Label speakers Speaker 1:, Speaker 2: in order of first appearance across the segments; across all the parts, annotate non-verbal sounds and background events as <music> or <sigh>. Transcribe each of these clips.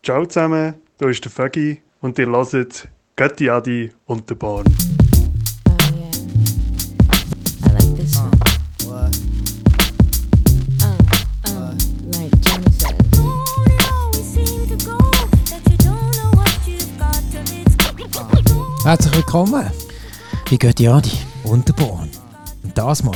Speaker 1: Ciao zusammen, hier ist der Fögi und ihr hört Götti Adi und der Born.
Speaker 2: Oh yeah. I like this one.
Speaker 3: What?
Speaker 2: Uh, uh, like Johnny said.
Speaker 3: Herzlich willkommen bei Götti Adi und der Born. Und das mal.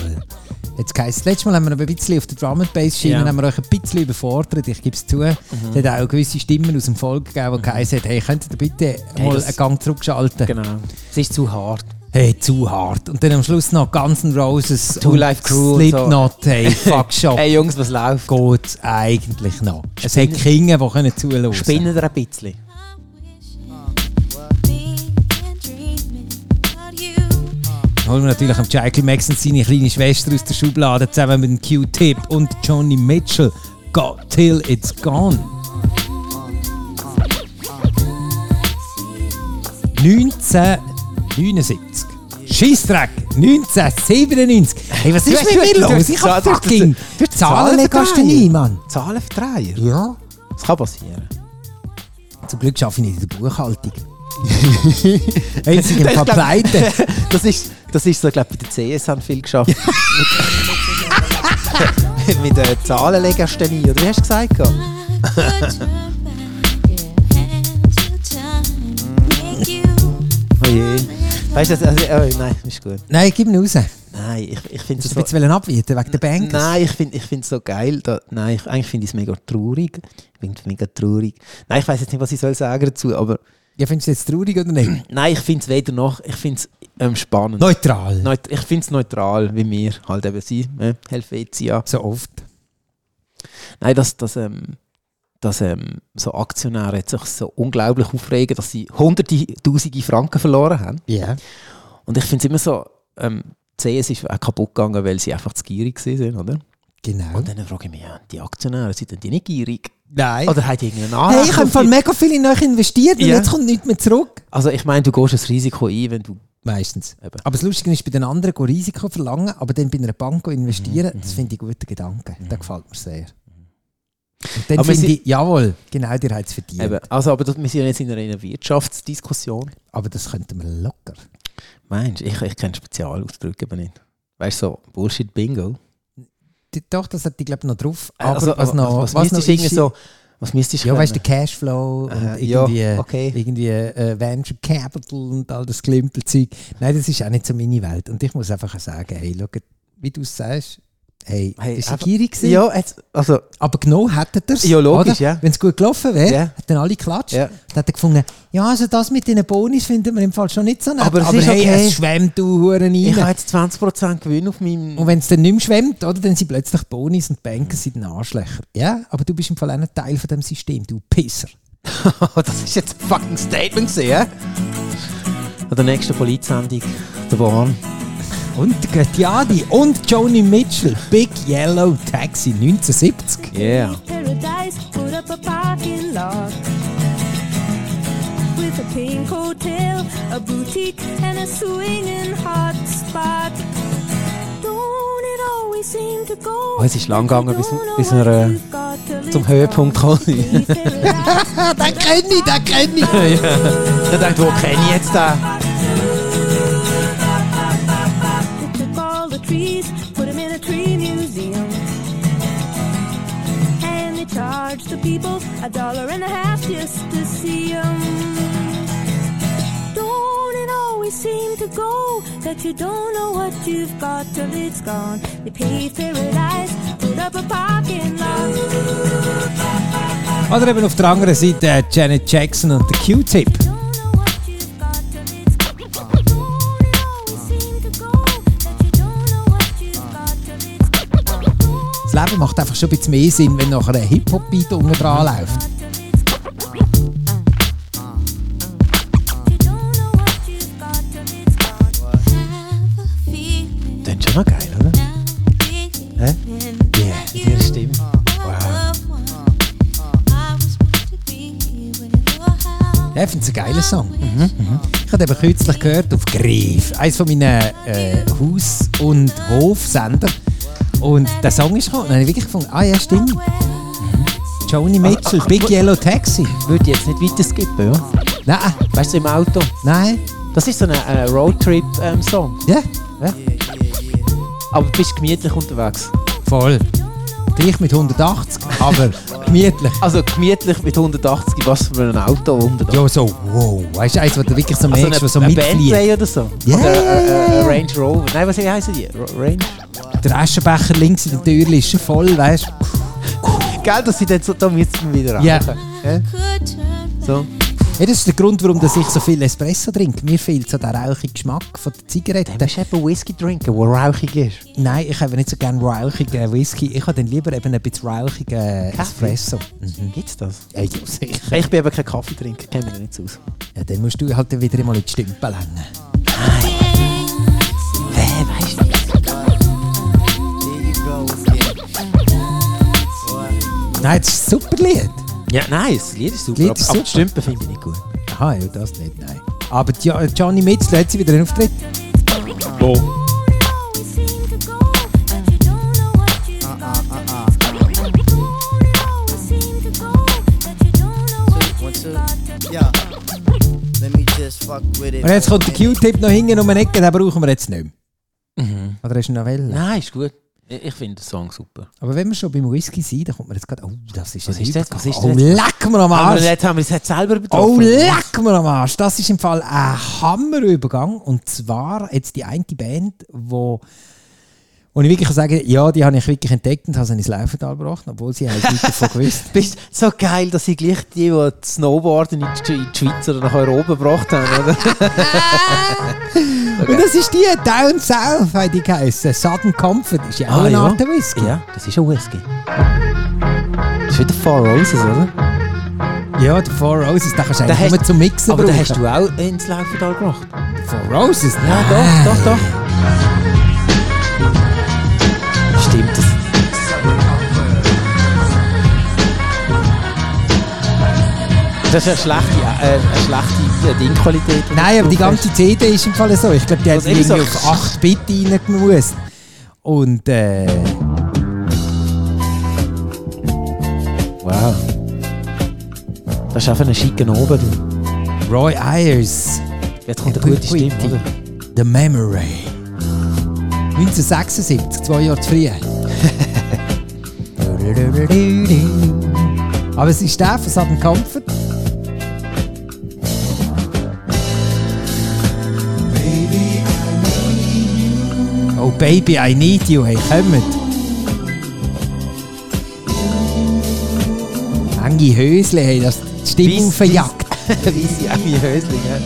Speaker 3: Jetzt heisst, das letzte Mal haben wir noch ein bisschen auf der Drum and Bass Schiene,
Speaker 4: Ja. Mhm.
Speaker 3: haben wir euch ein bisschen überfordert, ich gebe es zu. Es hat auch gewisse Stimmen aus dem Volk gegeben, die geheißen haben, hey, könntet ihr bitte
Speaker 4: Hey,
Speaker 3: mal
Speaker 4: das-
Speaker 3: einen Gang zurückschalten?
Speaker 4: Genau. Es ist zu hart.
Speaker 3: Hey, zu hart. Und dann am Schluss noch Guns N' Roses,
Speaker 4: Two
Speaker 3: und
Speaker 4: Life Crew und
Speaker 3: Slipknot,
Speaker 4: <laughs>
Speaker 3: hey, fuck shop.
Speaker 4: Hey Jungs, was läuft?
Speaker 3: Geht eigentlich noch. Es hat
Speaker 4: Spinnen-
Speaker 3: Kinder, die können zuhören
Speaker 4: Spinnen wir ein bisschen.
Speaker 3: Holen wir natürlich am Michael Max und seine kleine Schwester aus der Schublade zusammen mit dem Q-Tip und Johnny Mitchell. Go till it's gone. 1979. Scheissdreck! 1997! Hey, was ist
Speaker 4: Du hast-
Speaker 3: mit mir
Speaker 4: du hast-
Speaker 3: los?
Speaker 4: du
Speaker 3: Ich hab
Speaker 4: hast- du hast-
Speaker 3: fucking
Speaker 4: du hast
Speaker 3: Zahlen
Speaker 4: Zahlen
Speaker 3: kannst du
Speaker 4: verdreht.
Speaker 3: nie, Mann.
Speaker 4: Zahlen verdrehen?
Speaker 3: Ja.
Speaker 4: Das kann passieren.
Speaker 3: Zum Glück arbeite ich nicht in der Buchhaltung. <laughs> Einzig im
Speaker 4: Das ist, glaub-
Speaker 3: Verbleiten.
Speaker 4: <laughs> Das ist, das ist so, glaube ich, bei der CS haben viel geschafft. mit <laughs> mit äh, Zahlenlegasthenie, oder wie hast du gesagt? gehabt? Oh je. Weißt du, das- also, oh, nein, ist gut.
Speaker 3: Nein, gib ihn raus. Du
Speaker 4: Nein, ich, ich finde es
Speaker 3: hast
Speaker 4: so...
Speaker 3: ein bisschen abwieten wegen der Bank.
Speaker 4: Nein, ich finde es so geil. Da, nein, ich, eigentlich finde ich es mega traurig. Ich finde es mega traurig. Nein, ich weiß jetzt nicht, was ich soll sagen dazu, aber
Speaker 3: Ja, findest du jetzt traurig oder nicht?
Speaker 4: <clears throat> nein, ich finde es weder noch, ich finde es ähm, spannend.
Speaker 3: Neutral.
Speaker 4: Neut ich finde es neutral, wie wir halt eben sind. Äh, Helvetia.
Speaker 3: so oft.
Speaker 4: Nein, dass, dass, ähm, dass ähm, so Aktionäre jetzt sich so unglaublich aufregen, dass sie hunderte, tausende Franken verloren haben.
Speaker 3: Ja.
Speaker 4: Und ich finde es immer so, ähm, die CS ist auch kaputt gegangen, weil sie einfach zu gierig waren, oder?
Speaker 3: Genau.
Speaker 4: Und dann frage ich mich, ja, die Aktionäre, sind denn die nicht gierig?
Speaker 3: Nein.
Speaker 4: Oder hat irgendeinen
Speaker 3: hey,
Speaker 4: Anrecht
Speaker 3: ich habe im
Speaker 4: auf
Speaker 3: Fall
Speaker 4: die-
Speaker 3: mega viel in euch investiert und
Speaker 4: Ja.
Speaker 3: jetzt kommt nichts mehr zurück.
Speaker 4: Also ich meine, du gehst das Risiko ein, wenn du...
Speaker 3: Meistens.
Speaker 4: Eben.
Speaker 3: Aber das Lustige ist, bei den anderen gehen Risiko verlangen, aber dann bei einer Bank gehen investieren,
Speaker 4: Mhm.
Speaker 3: das finde ich guter Gedanke. Das gefällt mir sehr. Und dann
Speaker 4: Aber wir
Speaker 3: finde
Speaker 4: sind-
Speaker 3: ich, jawohl, genau, dir hat es verdient.
Speaker 4: Eben, also, aber das, wir sind ja jetzt in einer Wirtschaftsdiskussion.
Speaker 3: Aber das könnten wir locker.
Speaker 4: Meinst du, ich, ich kenne Spezialausdrücke aber nicht. Weißt du, so Bullshit-Bingo.
Speaker 3: Die- Doch, das hat die glaube ich noch drauf.
Speaker 4: Äh,
Speaker 3: Aber was noch,
Speaker 4: was, was, was irgendwie so... Was müsstest du
Speaker 3: Ja,
Speaker 4: können?
Speaker 3: weißt du, der Cashflow und
Speaker 4: Aha,
Speaker 3: irgendwie,
Speaker 4: ja, Oh, okay.
Speaker 3: irgendwie äh, Venture Capital und all das Klimpelzeug. Nein, das ist auch nicht so meine Welt. Und ich muss einfach auch sagen, hey, schau, wie du es sagst, hey,
Speaker 4: Hey,
Speaker 3: ist er
Speaker 4: einfach-
Speaker 3: gierig gewesen,
Speaker 4: Ja, jetzt, also,
Speaker 3: aber genau hättet ihr es.
Speaker 4: Ja, logisch, ja.
Speaker 3: Wenn es gut gelaufen wäre,
Speaker 4: Ja.
Speaker 3: hätten alle geklatscht.
Speaker 4: Ja.
Speaker 3: Dann hat er gefunden, ja, also das mit den Bonis finden wir im Fall schon nicht so nett.
Speaker 4: Aber es ist
Speaker 3: hey,
Speaker 4: okay.
Speaker 3: es schwemmt du Huren rein.
Speaker 4: ich habe jetzt 20% Gewinn auf meinem...
Speaker 3: Und wenn es dann nicht mehr schwemmt, oder, dann sind plötzlich die Bonis und die Banken sind Arschlöcher. Ja, aber du bist im Fall auch ein Teil von dem System, du Pisser.
Speaker 4: <laughs> das ist jetzt ein fucking Statement gewesen, ja? An der nächsten Polizsendung, der Bahn.
Speaker 3: Und der Göttiadi und Joni Mitchell, Big Yellow Taxi 1970.
Speaker 4: Yeah.
Speaker 5: Paradise, put up a parking lot with a pink hotel, a boutique, and a swinging hot spot. Don't it always seem to go?
Speaker 4: Oh, es ist lang gegangen, bis-
Speaker 5: You don't know
Speaker 4: bis wir,
Speaker 5: what
Speaker 4: äh,
Speaker 5: you've got till
Speaker 4: zum
Speaker 5: it's
Speaker 4: Höhepunkt
Speaker 5: gone.
Speaker 4: kommen.
Speaker 5: Paradise,
Speaker 3: Ah, den kenne ich, den kenne ich. <laughs>
Speaker 4: <laughs> Ich dachte, wo kenne ich jetzt den?
Speaker 5: They took all the trees, put 'em in a tree museum. And they charged the people a dollar and a half just to see 'em. Don't it always seem to go that you don't know what you've got till it's gone? They paved paradise, put up a parking lot.
Speaker 3: Oder eben auf der anderen Seite äh, Janet Jackson und der Q-Tip.
Speaker 5: Don't know what you've got till it's gone. Don't it always seem to go that you don't know what you've got till it's gone.
Speaker 3: Das Leben macht einfach schon ein bisschen mehr Sinn, wenn nachher ein Hip-Hop-Beat unten dran läuft.
Speaker 5: You don't know what you've got till it's gone. Have a feeling
Speaker 4: Das ist schon noch geil, oder?
Speaker 5: now, beginning that
Speaker 4: Ja,
Speaker 5: you
Speaker 4: Stimme.
Speaker 5: are someone I was meant to be when you're out.
Speaker 3: Ja, ich finde es einen geilen Song. Mhm, Ich habe eben kürzlich gehört auf Grief, eines von meinen äh, Haus- und Hofsender. Und der Song ist gekommen. Dann habe ich wirklich gefunden, ah ja, stimmt.
Speaker 5: Well,
Speaker 3: Joni Mitchell, Big Yellow Taxi.
Speaker 4: Würde ich jetzt nicht weiter skippen, ja?
Speaker 3: Nein, äh,
Speaker 4: Weißt du, im Auto.
Speaker 3: nein,
Speaker 4: Das ist so ein äh, Roadtrip-Song.
Speaker 3: ja,
Speaker 4: Aber du bist gemütlich unterwegs.
Speaker 3: voll. Gleich mit 180, aber gemütlich.
Speaker 4: Also gemütlich mit 180, was für ein Auto unter
Speaker 3: Ja, so, wow. Weißt du, eins, was du wirklich so merkst, was so
Speaker 4: ein
Speaker 3: mitfliegt.
Speaker 4: Bentley Also oder so.
Speaker 3: Ja,
Speaker 4: oder
Speaker 3: ja,
Speaker 4: ein-
Speaker 3: ja,
Speaker 4: ein-
Speaker 3: ja.
Speaker 4: ein Range Rover. Nein, was heißen die? Ro- Range?
Speaker 3: Der Aschenbecher links in der Tür ist schon voll, weißt du?
Speaker 4: Gell, dass sie dann so, da müssen wir wieder
Speaker 3: Ja.
Speaker 4: ankommen, gell? So.
Speaker 3: Ja, das ist der Grund, warum dass ich so viel Espresso trinke. Mir fehlt so der rauchige Geschmack von der Zigarette.
Speaker 4: Dann musst du eben Whisky trinken, der rauchig ist.
Speaker 3: Nein, ich habe nicht so gerne rauchigen Whisky. Ich habe dann lieber eben ein bisschen rauchigen Espresso. Hm.
Speaker 4: Gibt's das?
Speaker 3: Ja, ja, sicher.
Speaker 4: Ich bin eben kein Kaffeetrinker, kenne mich da nicht so aus.
Speaker 3: Ja, dann musst du halt dann wieder mal in die Stümpe längen. Nein, das ist ein super Lied.
Speaker 4: Ja, nein, das Lied ist super,
Speaker 3: Lied
Speaker 4: aber,
Speaker 3: ist
Speaker 4: aber die
Speaker 3: super.
Speaker 4: Stümpen finde ich nicht gut.
Speaker 3: Aha, ja, das nicht, nein. Aber die, Johnny Mitchell hat sie wieder einen Auftritt.
Speaker 6: Yeah. Let me just fuck with it.
Speaker 3: Und jetzt kommt der Q-Tip noch hinten um den Ecken, den brauchen wir jetzt nicht mehr.
Speaker 4: Mhm.
Speaker 3: Oder hast du noch Welle?
Speaker 4: Nein, ist gut. Ich, ich finde den Song super.
Speaker 3: Aber wenn wir schon beim Whisky sind, dann kommt man jetzt gerade... Oh, das ist
Speaker 4: Was
Speaker 3: ein
Speaker 4: ist das?
Speaker 3: Übergang.
Speaker 4: Was ist
Speaker 3: Oh,
Speaker 4: das?
Speaker 3: leck mir am
Speaker 4: Ah, Aber
Speaker 3: Arsch!
Speaker 4: jetzt haben wir es jetzt selber betroffen.
Speaker 3: Oh, leck mir am Arsch! Das ist im Fall ein Hammerübergang. Und zwar jetzt die eine Band, wo, wo ich wirklich sagen kann, ja, die habe ich wirklich entdeckt und habe sie ins Laufental gebracht, obwohl sie halt nicht davon
Speaker 4: <laughs>
Speaker 3: gewusst
Speaker 4: Bist so geil, dass sie gleich die, die das Snowboarden in die, in die Schweiz oder nach Europa gebracht haben, oder?
Speaker 3: Und das ist die Down South, hat die geheissen. Sudden Comfort ist ja auch eine Art Whisky.
Speaker 4: Ah, Ja, das ist ein Whisky. Das ist wieder Four Roses, oder?
Speaker 3: Ja, der Four Roses, den kannst du eigentlich
Speaker 4: hast-
Speaker 3: nur zum Mixen
Speaker 4: Aber den
Speaker 3: brauchen.
Speaker 4: hast du auch ins Laufental gebracht.
Speaker 3: Four Roses?
Speaker 4: Ja,
Speaker 3: Nein.
Speaker 4: doch, doch, doch. Stimmt das? Das ist eine schlechte, äh, eine schlechte äh, Dingqualität. die
Speaker 3: Nein,
Speaker 4: du
Speaker 3: aber die
Speaker 4: drauf hast.
Speaker 3: ganze CD ist im Fall so. Ich glaube, die hat
Speaker 4: Das ist
Speaker 3: irgendwie
Speaker 4: so.
Speaker 3: auf 8 Bit reingemusst. Und äh...
Speaker 4: Wow. Das ist einfach ein schicken Oben. du.
Speaker 3: Roy Ayers,
Speaker 4: Jetzt kommt eine
Speaker 3: Pui-
Speaker 4: gute
Speaker 3: Pui-
Speaker 4: Stimme, oder?
Speaker 3: The Memory. 1976, zwei Jahre zu früh. <laughs> aber es ist der von Sudden Comfort. Oh Baby, I need you, hey, kommt. Enge Hösle, hey, das die Stimmung
Speaker 4: Weiss-
Speaker 3: verjagt.
Speaker 4: Weisse Emmy Hösling, ja.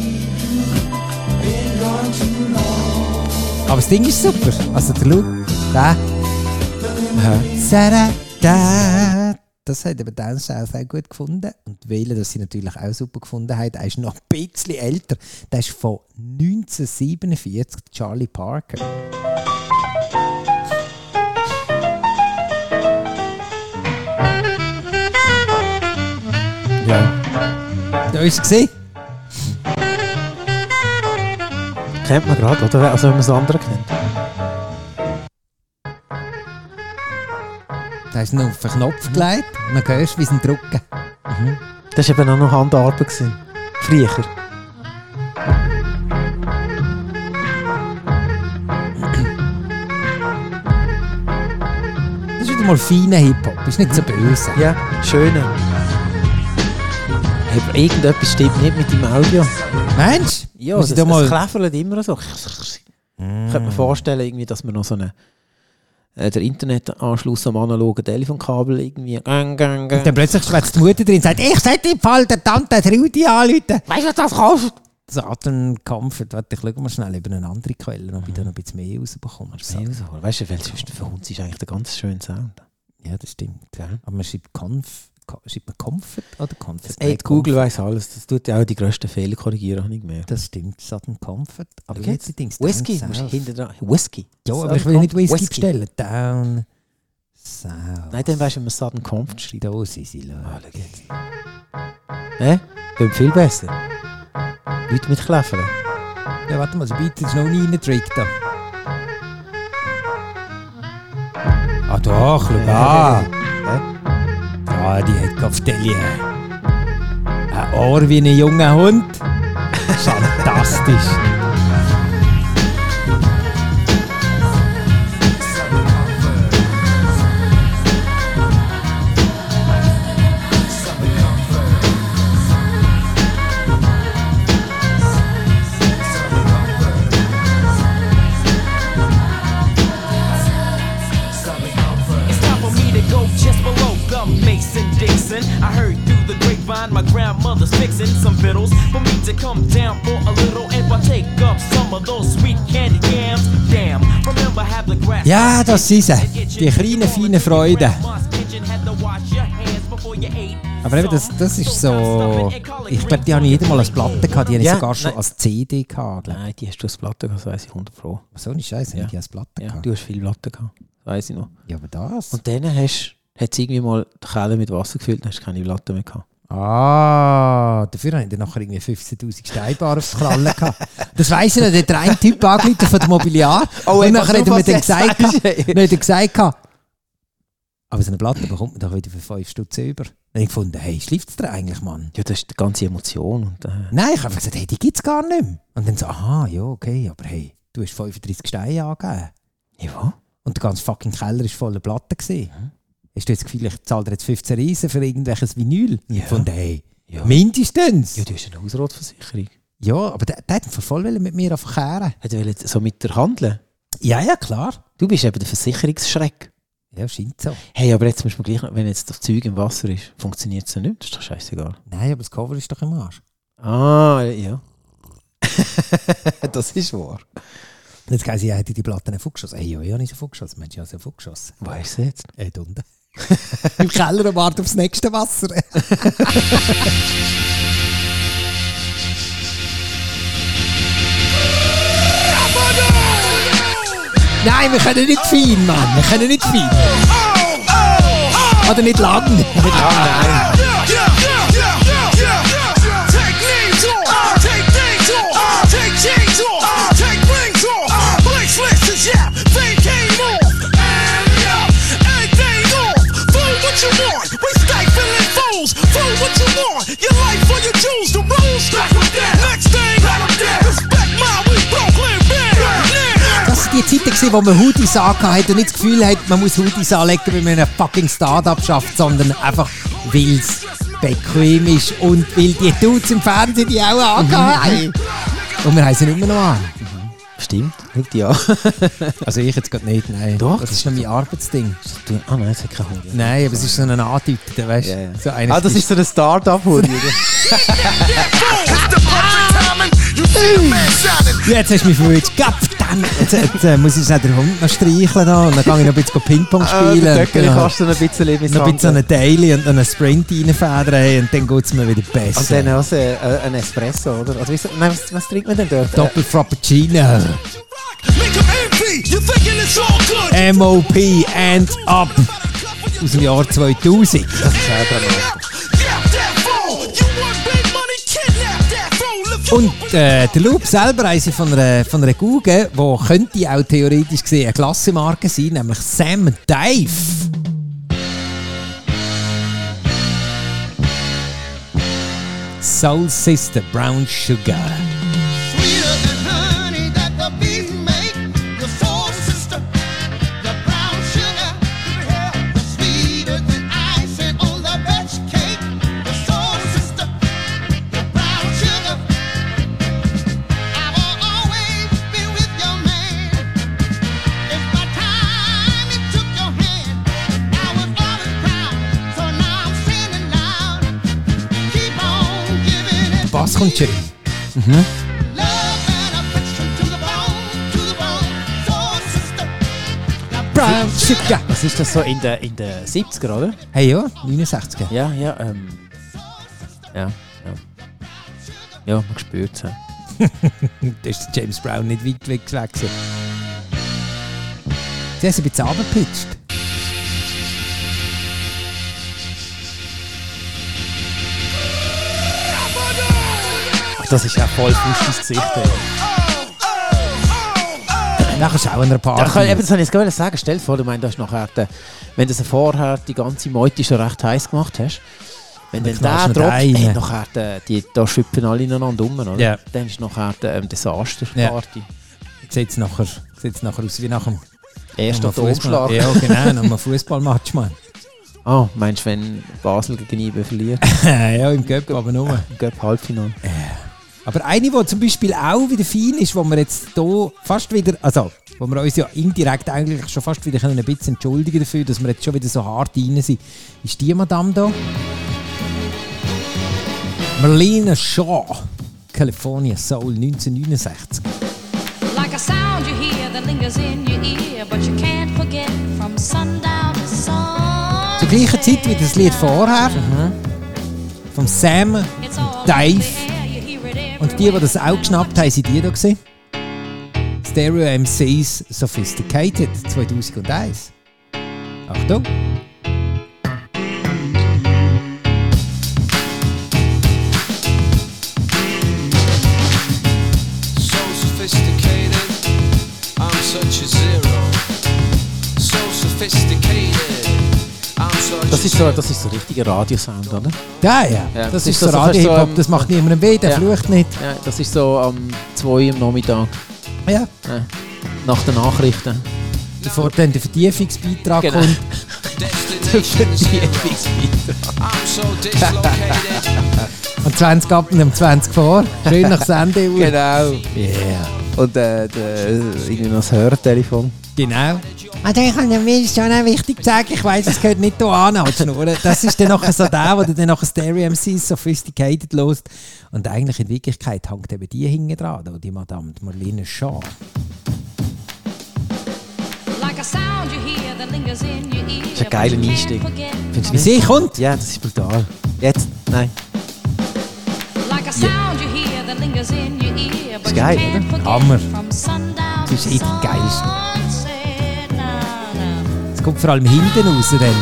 Speaker 3: Aber das Ding ist super. Also der Look, der. Sada, da. Das hat eben Dan South auch gut gefunden. Und Wählen, das sie natürlich auch super gefunden haben. Er ist noch ein bisschen älter. Der ist von 1947, Charlie Parker.
Speaker 4: Ja.
Speaker 3: Da ist er gesehen.
Speaker 4: Kennt man gerade, oder? Also wenn man das andere kennt.
Speaker 3: Da ist noch auf den Knopf gelegt. Und dann hörst du, wie sie ihn drücken.
Speaker 4: Das war eben auch noch Handarbeit. Gewesen. Früher.
Speaker 3: Das ist wieder mal feiner Hip-Hop. Ist nicht so böse.
Speaker 4: Ja, schöner. Hey, aber irgendetwas stimmt nicht mit dem Audio.
Speaker 3: Mensch,
Speaker 4: Ja, das,
Speaker 3: muss ich da
Speaker 4: das
Speaker 3: mal.
Speaker 4: kläffert immer so. Ich könnte mir vorstellen, irgendwie, dass man noch so einen äh, der Internetanschluss am analogen Telefonkabel irgendwie. Gang, gang, gang.
Speaker 3: Dann plötzlich schwätzt die Mutter drin und sagt, ich sollte im Fall der Tante Trudi anrufen.
Speaker 4: Weißt du, was das kostet?
Speaker 3: Saturn Comfort, warte, ich schau mal schnell über eine andere Quelle, ob ich da noch ein bisschen mehr rausbekomme.
Speaker 4: Weißt du, weil sonst für uns ist eigentlich der ganz schöne Sound.
Speaker 3: Ja, das stimmt.
Speaker 4: Ja.
Speaker 3: Aber man schreibt Conf, Ko- schreibt man Comfort oder Comfort?
Speaker 4: Ey,
Speaker 3: Nein,
Speaker 4: Google weiß alles. Das tut ja auch die grössten Fehler korrigieren, habe ich
Speaker 3: Comfort.
Speaker 4: gemerkt.
Speaker 3: Das stimmt, Saturn Comfort. Aber
Speaker 4: Okay.
Speaker 3: jetzt die Dings.
Speaker 4: Whisky,
Speaker 3: Down
Speaker 4: musst du
Speaker 3: South.
Speaker 4: hinten dran. Whisky.
Speaker 3: Ja, aber
Speaker 4: Southern
Speaker 3: ich will nicht
Speaker 4: Comfort.
Speaker 3: Whisky, bestellen. Down South.
Speaker 4: Nein, dann weißt du, wenn man Sudden Comfort schreibt.
Speaker 3: da sind sie, Leute.
Speaker 4: Ah, schau jetzt. Hä? Klingt viel besser. Leute mit Kläffeln.
Speaker 3: Ja, warte mal, so bitte ist noch nie ein Trick da. Ah doch, schau
Speaker 4: Ja.
Speaker 3: an.
Speaker 4: Hä?
Speaker 3: Da Ah, die hat auf Delie. Ein Ohr wie ein junger Hund. Fantastisch.
Speaker 7: It's time for me to go just below the Mason Dixon. I heard through the grapevine my grandmother's fixing some vittles for me to come down for a little and partake of some of those sweet candy yams. Damn, remember have the grass.
Speaker 3: Ja, das sind sie. Die kleinen, feinen Freuden. Aber eben, das, das ist so. Ich glaube, die habe ich jedes Mal als Platte gehabt. Die habe ich
Speaker 4: Ja,
Speaker 3: sogar schon
Speaker 4: nein.
Speaker 3: als CD gehabt. glaub
Speaker 4: Nein, die hast du als Platte gehabt, das weiss ich 100 Pro.
Speaker 3: ich. So eine Scheiße,
Speaker 4: Ja.
Speaker 3: die als Platte
Speaker 4: Ja,
Speaker 3: gehabt.
Speaker 4: du hast viele Platten gehabt, das weiss ich noch.
Speaker 3: Ja, aber das.
Speaker 4: Und dann hast hat sie irgendwie mal die Keller mit Wasser gefüllt und hast keine Platte mehr gehabt.
Speaker 3: Ah, dafür habe ich dann nachher irgendwie 15.000 Steinbar aufs Krallen gehabt. Das weiss ich noch, der hat ein Typ angerufen von dem Mobiliar.
Speaker 4: Oh,
Speaker 3: und
Speaker 4: ey,
Speaker 3: nachher
Speaker 4: pass
Speaker 3: hat
Speaker 4: auf,
Speaker 3: er mir dann
Speaker 4: was du sagst,
Speaker 3: gesagt, gehabt-
Speaker 4: ey.
Speaker 3: dann hat er gesagt, gehabt, aber so eine Platte bekommt man doch wieder für 5 Stutz über. Dann habe ich gefunden, hey, schläft es dir eigentlich, Mann?
Speaker 4: Ja, das ist die ganze Emotion. Und, äh,
Speaker 3: Nein, ich habe einfach gesagt, hey, die gibt es gar nicht mehr. Und dann so, aha, ja, okay, aber hey, du hast 35 Steine angegeben.
Speaker 4: ja.
Speaker 3: Und der ganze fucking Keller war voller Platten. Gewesen. Hast du jetzt das Gefühl, ich zahle dir jetzt 15 Reisen für irgendwelches Vinyl? Und Ich
Speaker 4: Ja.
Speaker 3: fand, hey,
Speaker 4: Ja.
Speaker 3: mindestens.
Speaker 4: ja, du hast eine Hausratversicherung.
Speaker 3: Ja, aber der, der hat einfach voll wollen mit mir verkehren.
Speaker 4: Hat er wollte Also, so mit dir handeln?
Speaker 3: Ja, ja, klar.
Speaker 4: Du bist eben der Versicherungsschreck.
Speaker 3: Ja, scheint so.
Speaker 4: Hey, aber jetzt musst du mir gleich noch, wenn jetzt das Zeug im Wasser ist, funktioniert es ja nicht. Das ist doch scheißegal.
Speaker 3: Nein, aber das Cover ist doch im Arsch.
Speaker 4: Ah, ja. <laughs> das ist wahr.
Speaker 3: Jetzt gehen sie, ja, hätte ich die Platten nicht vorgeschossen. Ey, ja, ich habe nicht so vorgeschossen. Mensch, ich habe sie vorgeschossen.
Speaker 4: Wo ist es jetzt?
Speaker 3: Äh, da unten. Im Keller und warte aufs nächste Wasser. Nein, wir können nicht fein, Mann. Wir können nicht fein. Oder nicht lang. Das sind die Zeiten, gewesen, wo man Hoodies angehabt hat und nicht das Gefühl hat, man muss Hoodies anlegen, weil man einen fucking Start-up schafft, sondern einfach, weil es bequem ist und weil die Dudes im Fernsehen die auch angehabt haben. Und wir haben sie immer noch an.
Speaker 4: Stimmt. Schau die an.
Speaker 3: Also ich jetzt gerade nicht, nein.
Speaker 4: Doch,
Speaker 3: Das
Speaker 4: das
Speaker 3: ist noch mein Arbeitsding.
Speaker 4: Du- Ah nein, es hat keine Hunde.
Speaker 3: Nein, aber es ist so ein Andeuter, weißt du?
Speaker 4: Ja, ja.
Speaker 3: So eines-
Speaker 4: ah, das ist so ein
Speaker 3: <laughs>
Speaker 4: Start-up-Hunde.
Speaker 3: Jetzt hast du mich verwirrt. Gott verdammt. Jetzt, jetzt äh, muss ich jetzt auch den Hund noch streicheln da, und dann kann ich noch ein bisschen Ping-Pong spielen.
Speaker 4: Äh,
Speaker 3: und genau.
Speaker 4: kannst du noch ein bisschen mit
Speaker 3: noch ein bisschen einen Daily und noch einen Sprint reinfedern hey, und dann geht es mir wieder besser.
Speaker 4: Und dann also, äh, ein Espresso, oder? Also, wieso- nein, was, was trinkt man denn dort?
Speaker 3: Doppel Frappuccino. MOP and up. Aus dem Jahr 2000. Und äh, der Loop selber ist von einer, von einer Google, die könnte auch theoretisch gesehen eine Klassenmarke sein, nämlich Sam Dive. Soul Sister Brown Sugar. Bass kommt schön. Brown Sugar.
Speaker 4: Was ist das so in den in der 70er, oder?
Speaker 3: Hey ja, 69.
Speaker 4: Ja, ja, ähm. Ja, ja. Ja, man spürt es.
Speaker 3: Hm, Da ist der James Brown nicht weit weg gewesen. Sie haben sie ein bisschen runtergepitcht.
Speaker 4: Das ist ja voll frisch ins Gesicht. Ey.
Speaker 3: Nachher schauen wir ein paar.
Speaker 4: Ja, ich kann, eben, das wollte ich jetzt gerade sagen. Stell dir vor, du meinst, das ist nachher der, wenn du sie vorher die ganze Meute schon recht heiß gemacht hast, wenn
Speaker 3: Dann
Speaker 4: dann der
Speaker 3: knallst du noch
Speaker 4: droppt,
Speaker 3: einen.
Speaker 4: ey, nachher der, äh, die, da schüppen alle ineinander um, oder?
Speaker 3: Ja.
Speaker 4: Dann ist nachher der ähm, Desasterparty.
Speaker 3: Sieht es nachher, sieht's nachher aus wie nach einem
Speaker 4: Erster
Speaker 3: nach einem Fussball-
Speaker 4: Domschlag.
Speaker 3: Ja, genau, nach einem Fußballmatch, Mann.
Speaker 4: <laughs> Ah, meinst du, wenn Basel gegen IBE
Speaker 3: <laughs>
Speaker 4: verliert?
Speaker 3: ja, im Göpp, aber nur.
Speaker 4: Im Göpp Halbfinale.
Speaker 3: Äh, Aber eine, die zum Beispiel auch wieder fein ist, wo wir jetzt hier fast wieder, also wo wir uns ja indirekt eigentlich schon fast wieder können ein bisschen entschuldigen dafür, dass wir jetzt schon wieder so hart rein sind, ist die Madame da. Marlene Shaw, California Soul 1969.
Speaker 8: Like a sound you hear that lingers in your ear, but you can't forget from sundown to sun.
Speaker 3: Zur gleichen Zeit wie das Lied vorher, vom Sam und Dave. Und die, die das auch geschnappt haben, sind die da gewesen. Stereo MCs Sophisticated 2001. Achtung!
Speaker 9: So sophisticated, I'm such a zero. So sophisticated, I'm such
Speaker 4: Das
Speaker 9: a
Speaker 4: ist so, das ist so richtiger Radiosound, oder?
Speaker 3: Ja, ja,
Speaker 4: Ja,
Speaker 3: das
Speaker 4: das
Speaker 3: ist
Speaker 4: ist
Speaker 3: so
Speaker 4: das, was
Speaker 3: Radio-Hip-Hop,
Speaker 4: so, ähm,
Speaker 3: das macht niemandem weh, der
Speaker 4: ja.
Speaker 3: flucht nicht.
Speaker 4: Ja, das ist so am 2 am Nachmittag
Speaker 3: Ja.
Speaker 4: äh, nach den Nachrichten. <laughs>
Speaker 3: Bevor dann der Vertiefungsbeitrag
Speaker 4: Genau.
Speaker 3: kommt.
Speaker 9: destination zero. I'm so dislocated.
Speaker 3: Und 20 ab und um 20 vor. Schön
Speaker 4: <laughs>
Speaker 3: nach Sendeuhr.
Speaker 4: Genau. Yeah. Und äh, der, irgendwie noch das Hörtelefon.
Speaker 3: Genau. Also ich habe mir schon auch wichtig gesagt, ich weiss, es gehört nicht hier an, aber Schnurren. Das ist dann nachher so der, wo du dann nachher Stereo MCs sophisticated lost. Und eigentlich in Wirklichkeit hängt eben die hinten dran, da, die Madame die Marlene Shaw.
Speaker 8: Like a sound you hear that lingers in your ear.
Speaker 4: ist ein geiler Einstieg. Findest
Speaker 3: Wie sie kommt?
Speaker 4: Ja, das ist brutal. Jetzt? Nein.
Speaker 8: Like a sound you hear that lingers in your ear, but
Speaker 4: Ist
Speaker 8: you
Speaker 4: geil,
Speaker 8: can't forget
Speaker 3: Hammer.
Speaker 8: from sundown
Speaker 3: Das ist eh die
Speaker 8: to
Speaker 3: geilste.
Speaker 8: sunset. Now, now.
Speaker 3: Es kommt vor allem hinten raus dann.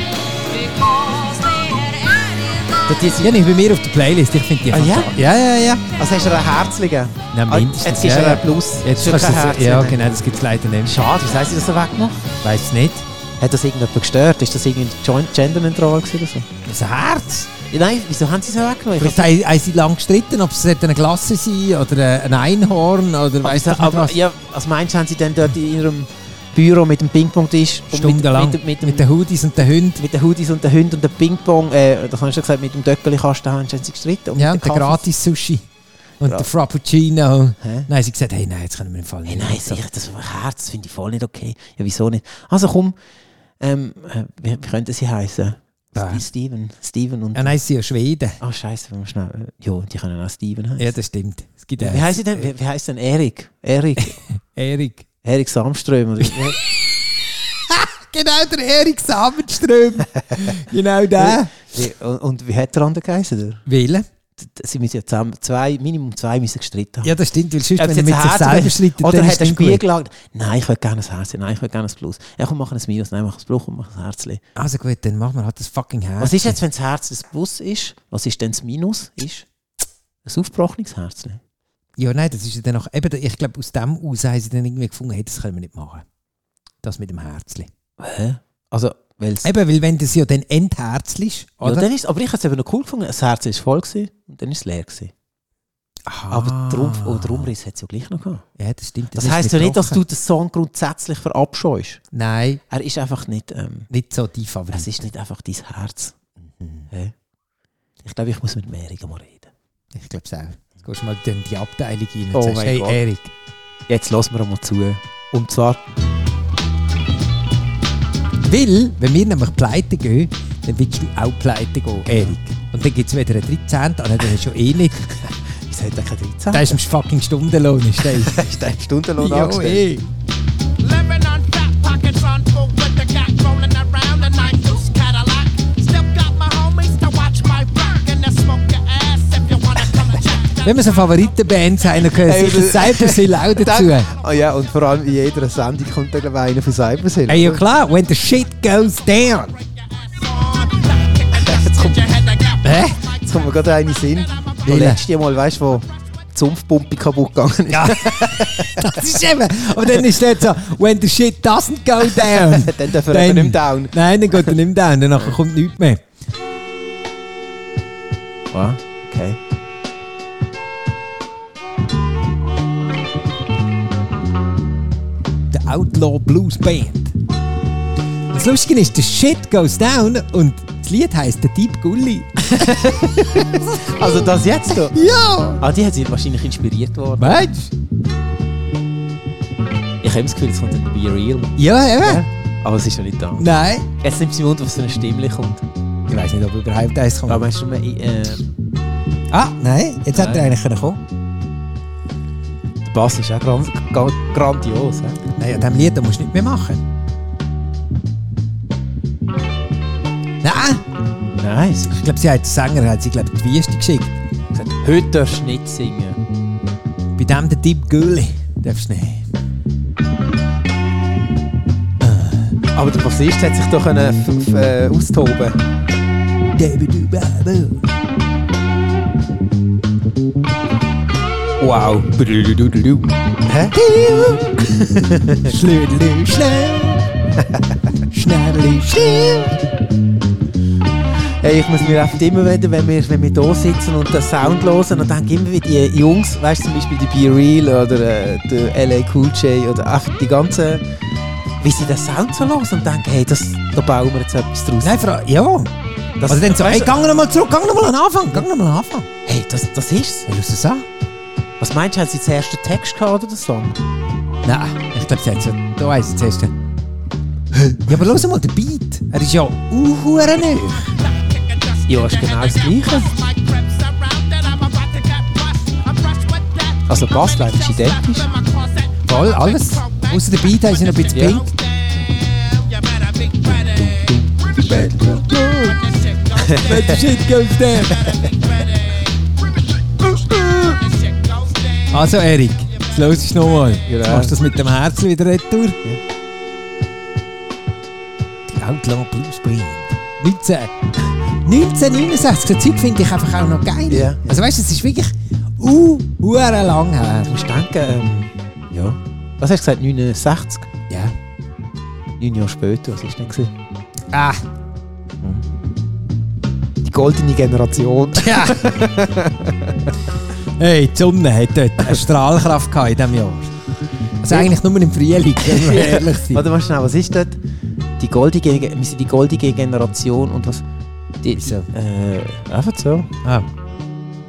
Speaker 8: Because they had added the
Speaker 4: Das ist,
Speaker 3: Die habe ich bei mir auf der Playlist, ich finde die
Speaker 4: Ah, ja?
Speaker 3: fantastisch. Ja, ja, ja.
Speaker 4: also hast du ihr ein Herz liegen?
Speaker 3: Nein,
Speaker 4: Ah,
Speaker 3: mindestens.
Speaker 4: Jetzt ist
Speaker 3: ja,
Speaker 4: er
Speaker 3: ja.
Speaker 4: ein Plus.
Speaker 3: Jetzt
Speaker 4: Schon
Speaker 3: kannst du
Speaker 4: kein
Speaker 3: das,
Speaker 4: Herz
Speaker 3: ja
Speaker 4: mehr.
Speaker 3: genau, das gibt es leider nicht.
Speaker 4: Schade, wieso haben sie das so weggemacht?
Speaker 3: Weiß es nicht.
Speaker 4: Hat das irgendjemand gestört? Ist das irgendwie Joint Genderneutral gewesen oder so?
Speaker 3: Das Herz.
Speaker 4: Ja, nein, wieso haben sie es so weggenommen? Ich
Speaker 3: Vielleicht haben haben sie lange gestritten, ob es sollte eine Klasse sein oder ein Einhorn oder weiss
Speaker 4: aber,
Speaker 3: ich nicht
Speaker 4: aber,
Speaker 3: was.
Speaker 4: ja, was meinst du, haben sie denn dort in ihrem Büro mit dem Ping-Pong-Tisch und
Speaker 3: Stundenlang.
Speaker 4: mit, mit, mit,
Speaker 3: mit
Speaker 4: mit,
Speaker 3: den Hoodies und den Hunden.
Speaker 4: mit den Hoodies und den Hunden und dem Ping-Pong, äh, das hast du ja gesagt, mit dem Döckeli-Kasten haben sie gestritten. und
Speaker 3: Ja,
Speaker 4: mit
Speaker 3: und der
Speaker 4: Kaffee.
Speaker 3: Gratis-Sushi. Und
Speaker 4: Ja.
Speaker 3: der Frappuccino.
Speaker 4: Hä?
Speaker 3: Nein, sie gesagt, hey, nein, jetzt können wir im Fall
Speaker 4: Hey,
Speaker 3: nicht.
Speaker 4: nein, sicher, das ist ein Herz, das finde ich voll nicht okay. Ja, wieso nicht? Also komm, ähm, äh, wie, wie könnte sie heißen?
Speaker 3: Wer?
Speaker 4: Steven. Steven und.
Speaker 3: Ah. Ja, nein, sie sind ja Schweden.
Speaker 4: Ah, scheiße, wir müssen schnell. äh, Ja, die können auch Steven heißen.
Speaker 3: Ja, das stimmt. Es gibt E-
Speaker 4: wie heißt sie denn?
Speaker 3: äh,
Speaker 4: Wie, wie heißt denn Erik? Erik.
Speaker 3: <laughs> Erik.
Speaker 4: Erik Samström.
Speaker 3: <laughs>
Speaker 4: Oder? wie-
Speaker 3: Genau, der Erik Samenström. genau der.
Speaker 4: wie, und, und wie hat der andere geheißen? Der-
Speaker 3: Wählen?
Speaker 4: d- Sie müssen ja zusammen zwei, Minimum zwei müssen gestritten haben.
Speaker 3: Ja, das stimmt, weil sonst,
Speaker 4: Ob
Speaker 3: wenn
Speaker 4: sie jetzt
Speaker 3: er mit
Speaker 4: ein
Speaker 3: sich
Speaker 4: Herz
Speaker 3: selber
Speaker 4: oder-
Speaker 3: streitet,
Speaker 4: Oder
Speaker 3: dann
Speaker 4: hat
Speaker 3: ist
Speaker 4: der
Speaker 3: es nicht
Speaker 4: Spiegel
Speaker 3: gut.
Speaker 4: gelagert? Nein, ich will gerne ein Herz. Nein, ich will gerne ein Plus. Ja, komm, mach ein Minus. Nein, mach ein Plus und mach ein Herzchen.
Speaker 3: Also gut, dann machen wir halt das fucking Herz.
Speaker 4: Was ist jetzt, wenn das Herz ein Plus ist? Was ist denn das Minus? Ist ein aufgebrochenes Herz. ne?
Speaker 3: Ja, nein, das ist ja dann noch... Eben, ich glaube, aus dem aus haben sie dann irgendwie gefunden, hey, das können wir nicht machen. Das mit dem Herzli.
Speaker 4: Hä? Also, weil es.
Speaker 3: Eben, weil wenn das ja dann entherzlich
Speaker 4: Ja,
Speaker 3: oder?
Speaker 4: dann ist, aber ich habe es eben noch cool gefunden. Das Herz war voll gewesen, und dann war es leer. Gewesen.
Speaker 3: Aha.
Speaker 4: Aber der, Rumpf, oh, der Umriss hat es ja gleich noch gehabt.
Speaker 3: Ah. Ja, das stimmt.
Speaker 4: Das,
Speaker 3: ist
Speaker 4: heisst ja nicht, dass du
Speaker 3: gebrochen.
Speaker 4: den Song grundsätzlich verabscheust.
Speaker 3: Nein,
Speaker 4: Er ist einfach nicht. Ähm,
Speaker 3: nicht so tief, aber...
Speaker 4: es ist nicht einfach dein Herz. Hä? Ich glaube, ich muss mit Mehrigen mal reden.
Speaker 3: Ich glaube es auch. Jetzt gehst du mal in die Abteilung rein und
Speaker 4: Oh
Speaker 3: sagst,
Speaker 4: mein
Speaker 3: hey
Speaker 4: Gott.
Speaker 3: Erik.
Speaker 4: Jetzt lassen wir mal zu. Und zwar.
Speaker 3: Weil, wenn wir nämlich pleite gehen, dann willst du auch pleite gehen, Erik. Und dann gibt es weder einen 13. Ah, nein, den hast du schon eh nicht.
Speaker 4: <laughs> Wieso hat er keine 13?
Speaker 3: Der ist im fucking Stundenlohn,
Speaker 4: <laughs>
Speaker 3: ist der.
Speaker 4: ist ein Stundenlohn
Speaker 3: jo, eh.
Speaker 10: Living on fat pockets on full with the gat rolling around a nine goose Cadillac. Still got my homies to watch my rock and they smoke your ass if you wanna come and check.
Speaker 3: Wenn wir so Favoritenbands haben, dann gehören
Speaker 4: Hey,
Speaker 3: sicher
Speaker 4: das- <laughs>
Speaker 3: Cypress Hill auch dazu.
Speaker 4: Ah ja, und vor allem in jeder Sendung kommt dann einer von Cypress Hill.
Speaker 3: Hey, ja klar, when the shit goes down. <laughs>
Speaker 4: jetzt kommt,
Speaker 10: Your head again.
Speaker 3: Hä?
Speaker 4: jetzt kommt mir gerade eine in den Sinn. Der
Speaker 3: Welcher?
Speaker 4: letzte Mal, weißt du, wo Sumpfpumpe kaputt gegangen ist. <laughs>
Speaker 3: Ja. Das ist eben. Aber dann ist es so, when the shit doesn't
Speaker 4: <laughs>
Speaker 3: go down.
Speaker 4: Dann darf er eben nicht mehr down.
Speaker 3: Nein, dann geht er nicht mehr down. Danach kommt nichts mehr.
Speaker 4: Ah, okay.
Speaker 3: The Outlaw Blues Band. Das Lustige ist, the shit goes down und das Lied heisst «Der Typ Gulli».
Speaker 4: Also das jetzt hier?
Speaker 3: ja!
Speaker 4: Ah, die hat sie wahrscheinlich inspiriert worden.
Speaker 3: Weißt du?
Speaker 4: Ich habe das Gefühl, es kommt ein Be Real.
Speaker 3: Ja, eben.
Speaker 4: Ja. Aber es ist noch nicht da.
Speaker 3: Nein.
Speaker 4: Jetzt nimmt sie Wunder, was für eine Stimme kommt.
Speaker 3: Ich weiß nicht, ob überhaupt eins kommt.
Speaker 4: Da meinst du, man, äh,
Speaker 3: Ah, nein. Jetzt hätte er eigentlich können kommen
Speaker 4: der Bass ist auch grand, grand, grandios. He?
Speaker 3: Nein, an diesem Lied da musst du nicht mehr machen. Nein.
Speaker 4: Nein, sie
Speaker 3: Ich glaube, sie hat den Sänger hat sie, glaub, die Wüste geschickt.
Speaker 4: hat gesagt, heute darfst du nicht singen.
Speaker 3: Bei dem der Typ Gulli darfst du nicht. Äh.
Speaker 4: Aber der Bassist hat sich doch können, f- f- äh, austoben.
Speaker 3: Dabidu-babu.
Speaker 4: Wow. Hä?
Speaker 3: Schlödli, schnell.
Speaker 4: <laughs>
Speaker 3: Schnäbli, schnell.
Speaker 4: Hey, ich muss mir einfach immer wieder, wenn wir, wenn wir hier sitzen und den Sound hören, und denke ich immer wieder die Jungs, weißt du, zum Beispiel die Be Real oder äh, der LA Cool J oder einfach die ganzen, wie sie den Sound so hören und denken, hey, das, da bauen wir jetzt etwas draus.
Speaker 3: Nein, Frau, ja.
Speaker 4: das,
Speaker 3: Also dann so, hey,
Speaker 4: weißt du,
Speaker 3: geh nochmal zurück, geh nochmal an den Anfang, geh nochmal an den Anfang.
Speaker 4: hey, das, das ist's.
Speaker 3: Willst du es an?
Speaker 4: Was meinst du, hat sie den ersten Text gehabt oder den Song?
Speaker 3: Nein, ich glaube, sie hat so, da weiss ich zuerst. Ja, aber los mal, der Beat, er ist ja uhuere nöch.
Speaker 4: Ja, ist genau das Gleiche. Also Bassline ist identisch.
Speaker 3: Voll, alles. Außer der Beat, er ist ja noch ein bisschen
Speaker 4: Ja.
Speaker 3: pink.
Speaker 11: <laughs>
Speaker 10: <laughs>
Speaker 3: shit <laughs> goes down. Also Erik, jetzt los ist nochmal.
Speaker 4: Genau.
Speaker 3: Jetzt machst du das mit dem Herzen wieder retour. Die Outlaw Blues Band. 19. 1969, so Zeug finde ich einfach auch noch geil.
Speaker 4: Ja.
Speaker 3: Also weißt du, es ist wirklich uh, uhren lang her.
Speaker 4: Du musst denken, ähm, ja. Was hast du gesagt, 69?
Speaker 3: Ja.
Speaker 4: Neun Jahre später, was war denn? Gewesen?
Speaker 3: Ah,
Speaker 4: Die goldene Generation.
Speaker 3: ja. hey, die Sonne hat dort eine Strahlkraft gehabt in diesem Jahr. Also eigentlich nur im Frühling,
Speaker 4: <laughs>
Speaker 3: wenn wir ehrlich
Speaker 4: <laughs>
Speaker 3: sind.
Speaker 4: Warte mal schnell, was ist das? Die goldige, Ge- wir sind die goldige Generation und was? Die,
Speaker 3: Wieso?
Speaker 4: Äh, einfach so.
Speaker 3: Ah.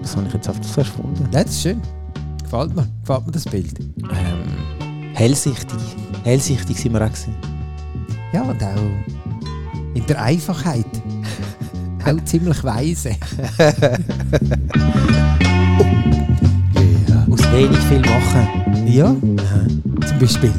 Speaker 4: Das habe ich jetzt einfach erfunden.
Speaker 3: Ja, Das ist schön. Gefällt mir. Gefällt mir das Bild.
Speaker 4: Ähm, hellsichtig. Hellsichtig sind wir auch gewesen.
Speaker 3: Ja, und auch in der
Speaker 4: <laughs>
Speaker 3: Einfachheit. auch ziemlich weise.
Speaker 4: Aus wenig viel machen.
Speaker 3: Ja, zum Beispiel.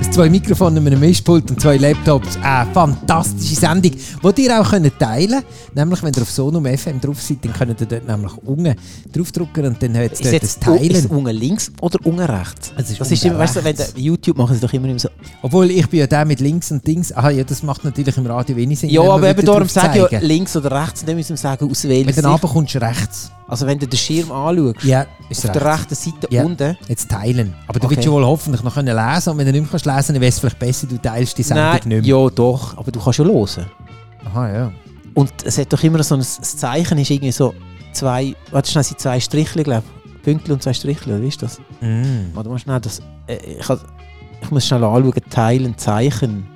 Speaker 3: Aus zwei Mikrofonen, einem Mischpult und zwei Laptops. Eine fantastische Sendung, die ihr auch könnt teilen könnt. Nämlich, wenn ihr auf Sonum FM drauf seid, dann könnt ihr dort nämlich unten draufdrücken und dann hört ihr dort
Speaker 4: u-
Speaker 3: das
Speaker 4: ist
Speaker 3: Teilen.
Speaker 4: unten links oder unten rechts?
Speaker 3: Es
Speaker 4: das
Speaker 3: ist
Speaker 4: Also ist
Speaker 3: unten
Speaker 4: immer, weißt du, wenn
Speaker 3: rechts.
Speaker 4: der- YouTube machen sie doch immer so.
Speaker 3: Obwohl, ich bin ja der mit links und Dings. Aha, ja, das macht natürlich im Radio wenig Sinn.
Speaker 4: Ja,
Speaker 3: wenn man
Speaker 4: aber eben
Speaker 3: wieder
Speaker 4: darum
Speaker 3: drauf
Speaker 4: sage ich ja
Speaker 3: zeigen.
Speaker 4: links oder rechts, und dann müssen wir sagen, aus welcher
Speaker 3: Wenn du
Speaker 4: Sicht.
Speaker 3: dann runterkommst, rechts.
Speaker 4: Also wenn du den Schirm anschaust,
Speaker 3: Ja, ist
Speaker 4: auf
Speaker 3: rechts.
Speaker 4: der rechten Seite
Speaker 3: Ja.
Speaker 4: unten.
Speaker 3: Jetzt teilen. Aber du
Speaker 4: Okay.
Speaker 3: willst ja wohl hoffentlich noch können lesen und wenn du nicht mehr kannst lesen dann wäre es vielleicht besser, du teilst die Sendung nicht mehr.
Speaker 4: ja doch, aber du kannst ja hören.
Speaker 3: Aha, ja.
Speaker 4: Und es hat doch immer so ein das Zeichen, ist irgendwie so zwei, warte schnell, sind zwei Strichle, glaube ich. Pünktchen und zwei Strichle, oder wie ist das?
Speaker 3: Mm.
Speaker 4: Warte mal schnell, das, äh, ich, hab- ich muss schnell anschauen, Teilen, Zeichen.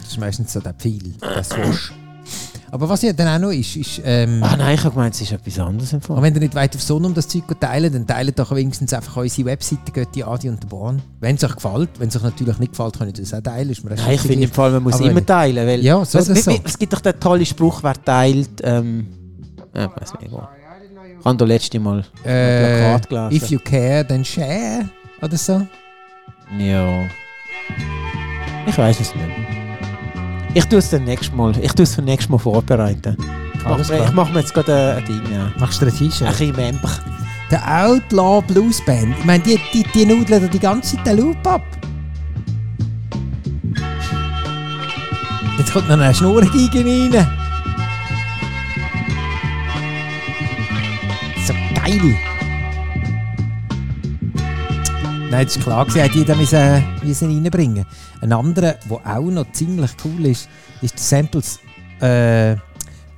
Speaker 3: Das ist meistens so der Pfeil, das Wusch. Aber was ja dann auch noch ist, ist, ähm,
Speaker 4: Ah nein, ich habe gemeint, es ist etwas anderes im
Speaker 3: und
Speaker 4: Fall.
Speaker 3: wenn ihr nicht weit auf Sonne um das Zeug teilen, dann teilt doch wenigstens einfach unsere Webseite Götti Adi und der Bahn. Wenn es euch gefällt, wenn es euch natürlich nicht gefällt, könnt ihr das auch teilen. Ist mir recht
Speaker 4: Nein, ich finde im
Speaker 3: gleich.
Speaker 4: Fall, man muss
Speaker 3: Aber-
Speaker 4: immer teilen, weil
Speaker 3: Ja, so
Speaker 4: Weißt
Speaker 3: oder
Speaker 4: du,
Speaker 3: so.
Speaker 4: wie- wie- es gibt doch den tollen Spruch, wer teilt, ähm, äh, ich weiß nicht, egal. Ich habe das letzte Mal
Speaker 3: Äh,
Speaker 4: ein Plakat gelesen.
Speaker 3: if you care, then share. Oder so.
Speaker 4: Ja. Ich weiß es nicht. Ich tue es dann nächstes Mal. Ich tue es für nächstes Mal vorbereiten. Ich mache
Speaker 3: Alles
Speaker 4: mir,
Speaker 3: klar.
Speaker 4: ich mach mir jetzt gerade äh, ein Ding. Ja.
Speaker 3: Machst du ein
Speaker 4: Ein
Speaker 3: T-Shirt?
Speaker 4: bisschen Member.
Speaker 3: Der Outlaw Blues Band. Ich meine, die, die, die nudeln da die ganze Zeit den Loop ab. Jetzt kommt noch eine Schnurrgeige rein. So geil. Nein, das ist klar, gewesen, hat jeder müssen, äh, müssen reinbringen. Ein anderer, der auch noch ziemlich cool ist, ist die Samples äh,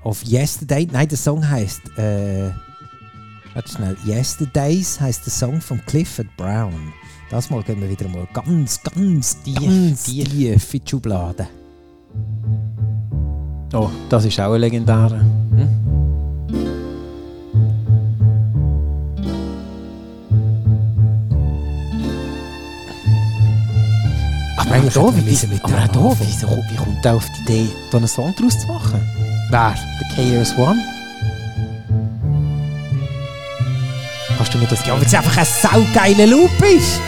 Speaker 3: of Yesterday. Nein, der Song heisst. Äh, warte schnell. Yesterdays heisst der Song von Clifford Brown. Das mal gehen wir wieder mal ganz, ganz tief, ganz tief, in die Schublade.
Speaker 4: Oh, das ist auch ein legendärer. Hm? Aber
Speaker 3: eigentlich
Speaker 4: auch
Speaker 3: hätten wir
Speaker 4: wie-
Speaker 3: müssen mit
Speaker 4: aber
Speaker 3: dem
Speaker 4: auch hier,
Speaker 3: anfangen.
Speaker 4: wieso kommt- wie kommt er auf die Idee, da einen Song daraus zu machen?
Speaker 3: Wer?
Speaker 4: Der KRS-One? Kannst du mir das
Speaker 3: Ja, weil es einfach ein saugeiler Loop ist.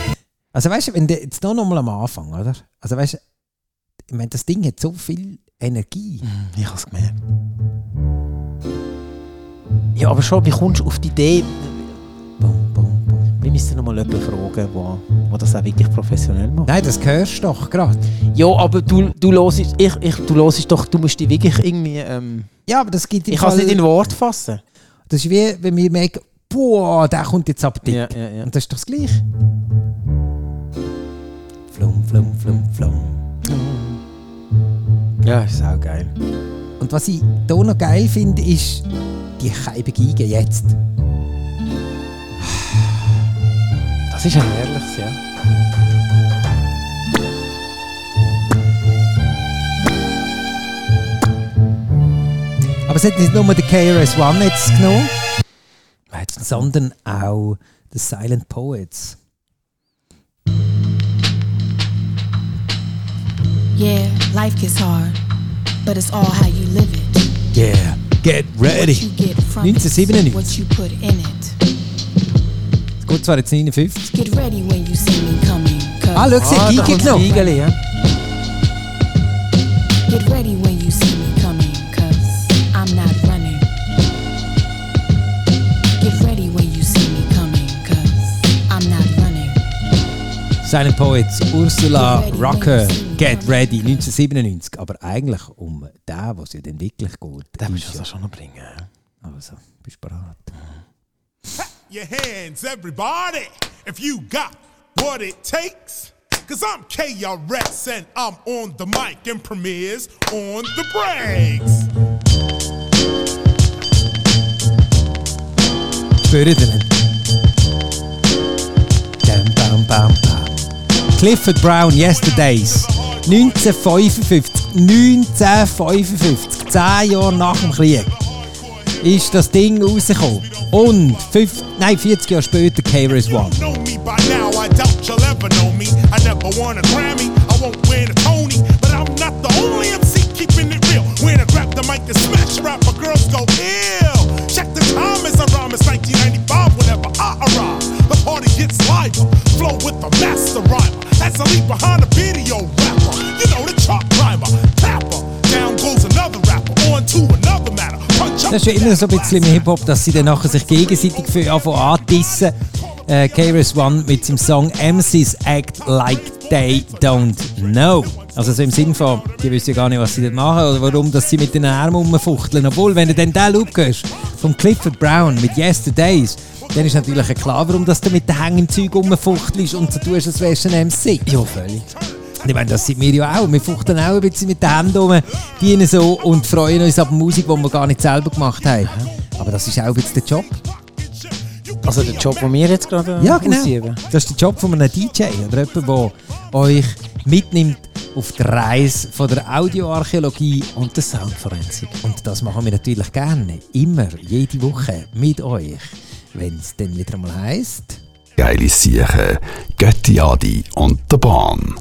Speaker 3: Also weißt du, wenn du jetzt noch mal am Anfang, oder? Also weißt du, ich meine, das Ding hat so viel Energie.
Speaker 4: Ich hab's gemerkt. Ja, aber schon, wie kommst du auf die Idee? Bum, bum, bum. Wir müssen noch mal jemanden fragen, wo, wo das auch wirklich professionell macht.
Speaker 3: Nein, das hörst du doch gerade.
Speaker 4: Ja, aber du, du hörst, ich, ich, du hörst doch, du musst dich wirklich irgendwie... Ähm,
Speaker 3: Ja, aber das gibt im
Speaker 4: ich kann es
Speaker 3: Fall-
Speaker 4: nicht in Wort fassen.
Speaker 3: Das ist wie, wenn wir merken, boah, der kommt jetzt ab dick.
Speaker 4: Ja, ja, ja.
Speaker 3: Und das ist doch das Gleiche. Flum, flum, flum, flum.
Speaker 4: Ja, ist auch geil.
Speaker 3: Und was ich hier noch geil finde, ist die Scheibe Geige jetzt.
Speaker 4: Das ist ein ehrliches, ja.
Speaker 3: Aber es hat nicht nur den KRS-One jetzt genommen, sondern auch die Silent Poets.
Speaker 12: Yeah, life gets hard, but it's all how you live it.
Speaker 3: Yeah, get
Speaker 12: What you get from it,
Speaker 3: 1997.
Speaker 12: what you put in it.
Speaker 3: Das geht zwar jetzt 59.
Speaker 12: Get ready when you see me coming. 'cause-
Speaker 3: Ah, schau, sie hat Geige genommen.
Speaker 4: ja.
Speaker 12: Get ready when you see me coming, cause I'm not running. Get ready when you see me coming, cause I'm not running.
Speaker 3: Silent Poets, Ursula Rucker, Get Ready, 1997. Aber eigentlich um den, was ja dann wirklich geht.
Speaker 4: Den
Speaker 3: ist
Speaker 4: musst du
Speaker 3: ja-
Speaker 4: also schon noch bringen.
Speaker 3: Also, bist du bereit?
Speaker 11: Your hands, everybody, if you got what it takes. Cause I'm KRS and I'm on the mic and premieres on the breaks.
Speaker 3: Spürt ihr ihn? Bam, bam, bam, bam. Clifford Brown, Yesterdays. 1955. 1955. Zehn Jahre nach dem Krieg ist das Ding rausgekommen. Und fünf, nein, 40 Jahre später KRS One.
Speaker 11: Know me by now, I doubt you'll ever know me. I never won a Grammy, I won't win a Tony, but I'm not the only MC keeping it real. When I grab the mic and smash rap, my girls go ill. Check the time as I rhyme, it's 1995 whenever I arrive. The party gets lighter, flow with the master rhymer. As I leave behind a video rapper, you know the chalk rhymer, tapper. Down goes another rapper, on to another matter. Punch up
Speaker 3: Das ist ja immer so ein bisschen im Hip-Hop, dass sie dann nachher sich gegenseitig für anfangen antissen. Äh, KRS One mit seinem Song MCs Act Like They Don't Know. Also so im Sinn von, die wissen ja gar nicht, was sie dort machen oder warum dass sie mit den Armen rumfuchteln. Obwohl, wenn du dann den Loop gehst, von Clifford Brown mit Yesterdays, dann ist natürlich klar, warum dass du mit den Hängen im Zeug rumfuchtelst und so tust, als wärst du ein MC. Ja, völlig. Und Ich meine, das sind wir ja auch. Wir fuchten auch ein bisschen mit den Händen rum, dienen so und freuen uns ab Musik, die wir gar nicht selber gemacht haben. Aber das ist auch ein bisschen der Job.
Speaker 4: Also der Job, den wir jetzt gerade äh,
Speaker 3: Ja, genau.
Speaker 4: ausüben.
Speaker 3: Das ist der Job von einem DJ oder jemand, der euch mitnimmt auf die Reise von der Audioarchäologie
Speaker 4: Und der Soundforensik.
Speaker 3: Und das machen wir natürlich gerne. Immer, jede Woche mit euch. Wenn es dann wieder mal heisst.
Speaker 13: Geile Siechen, Götti Adi und der Bahn.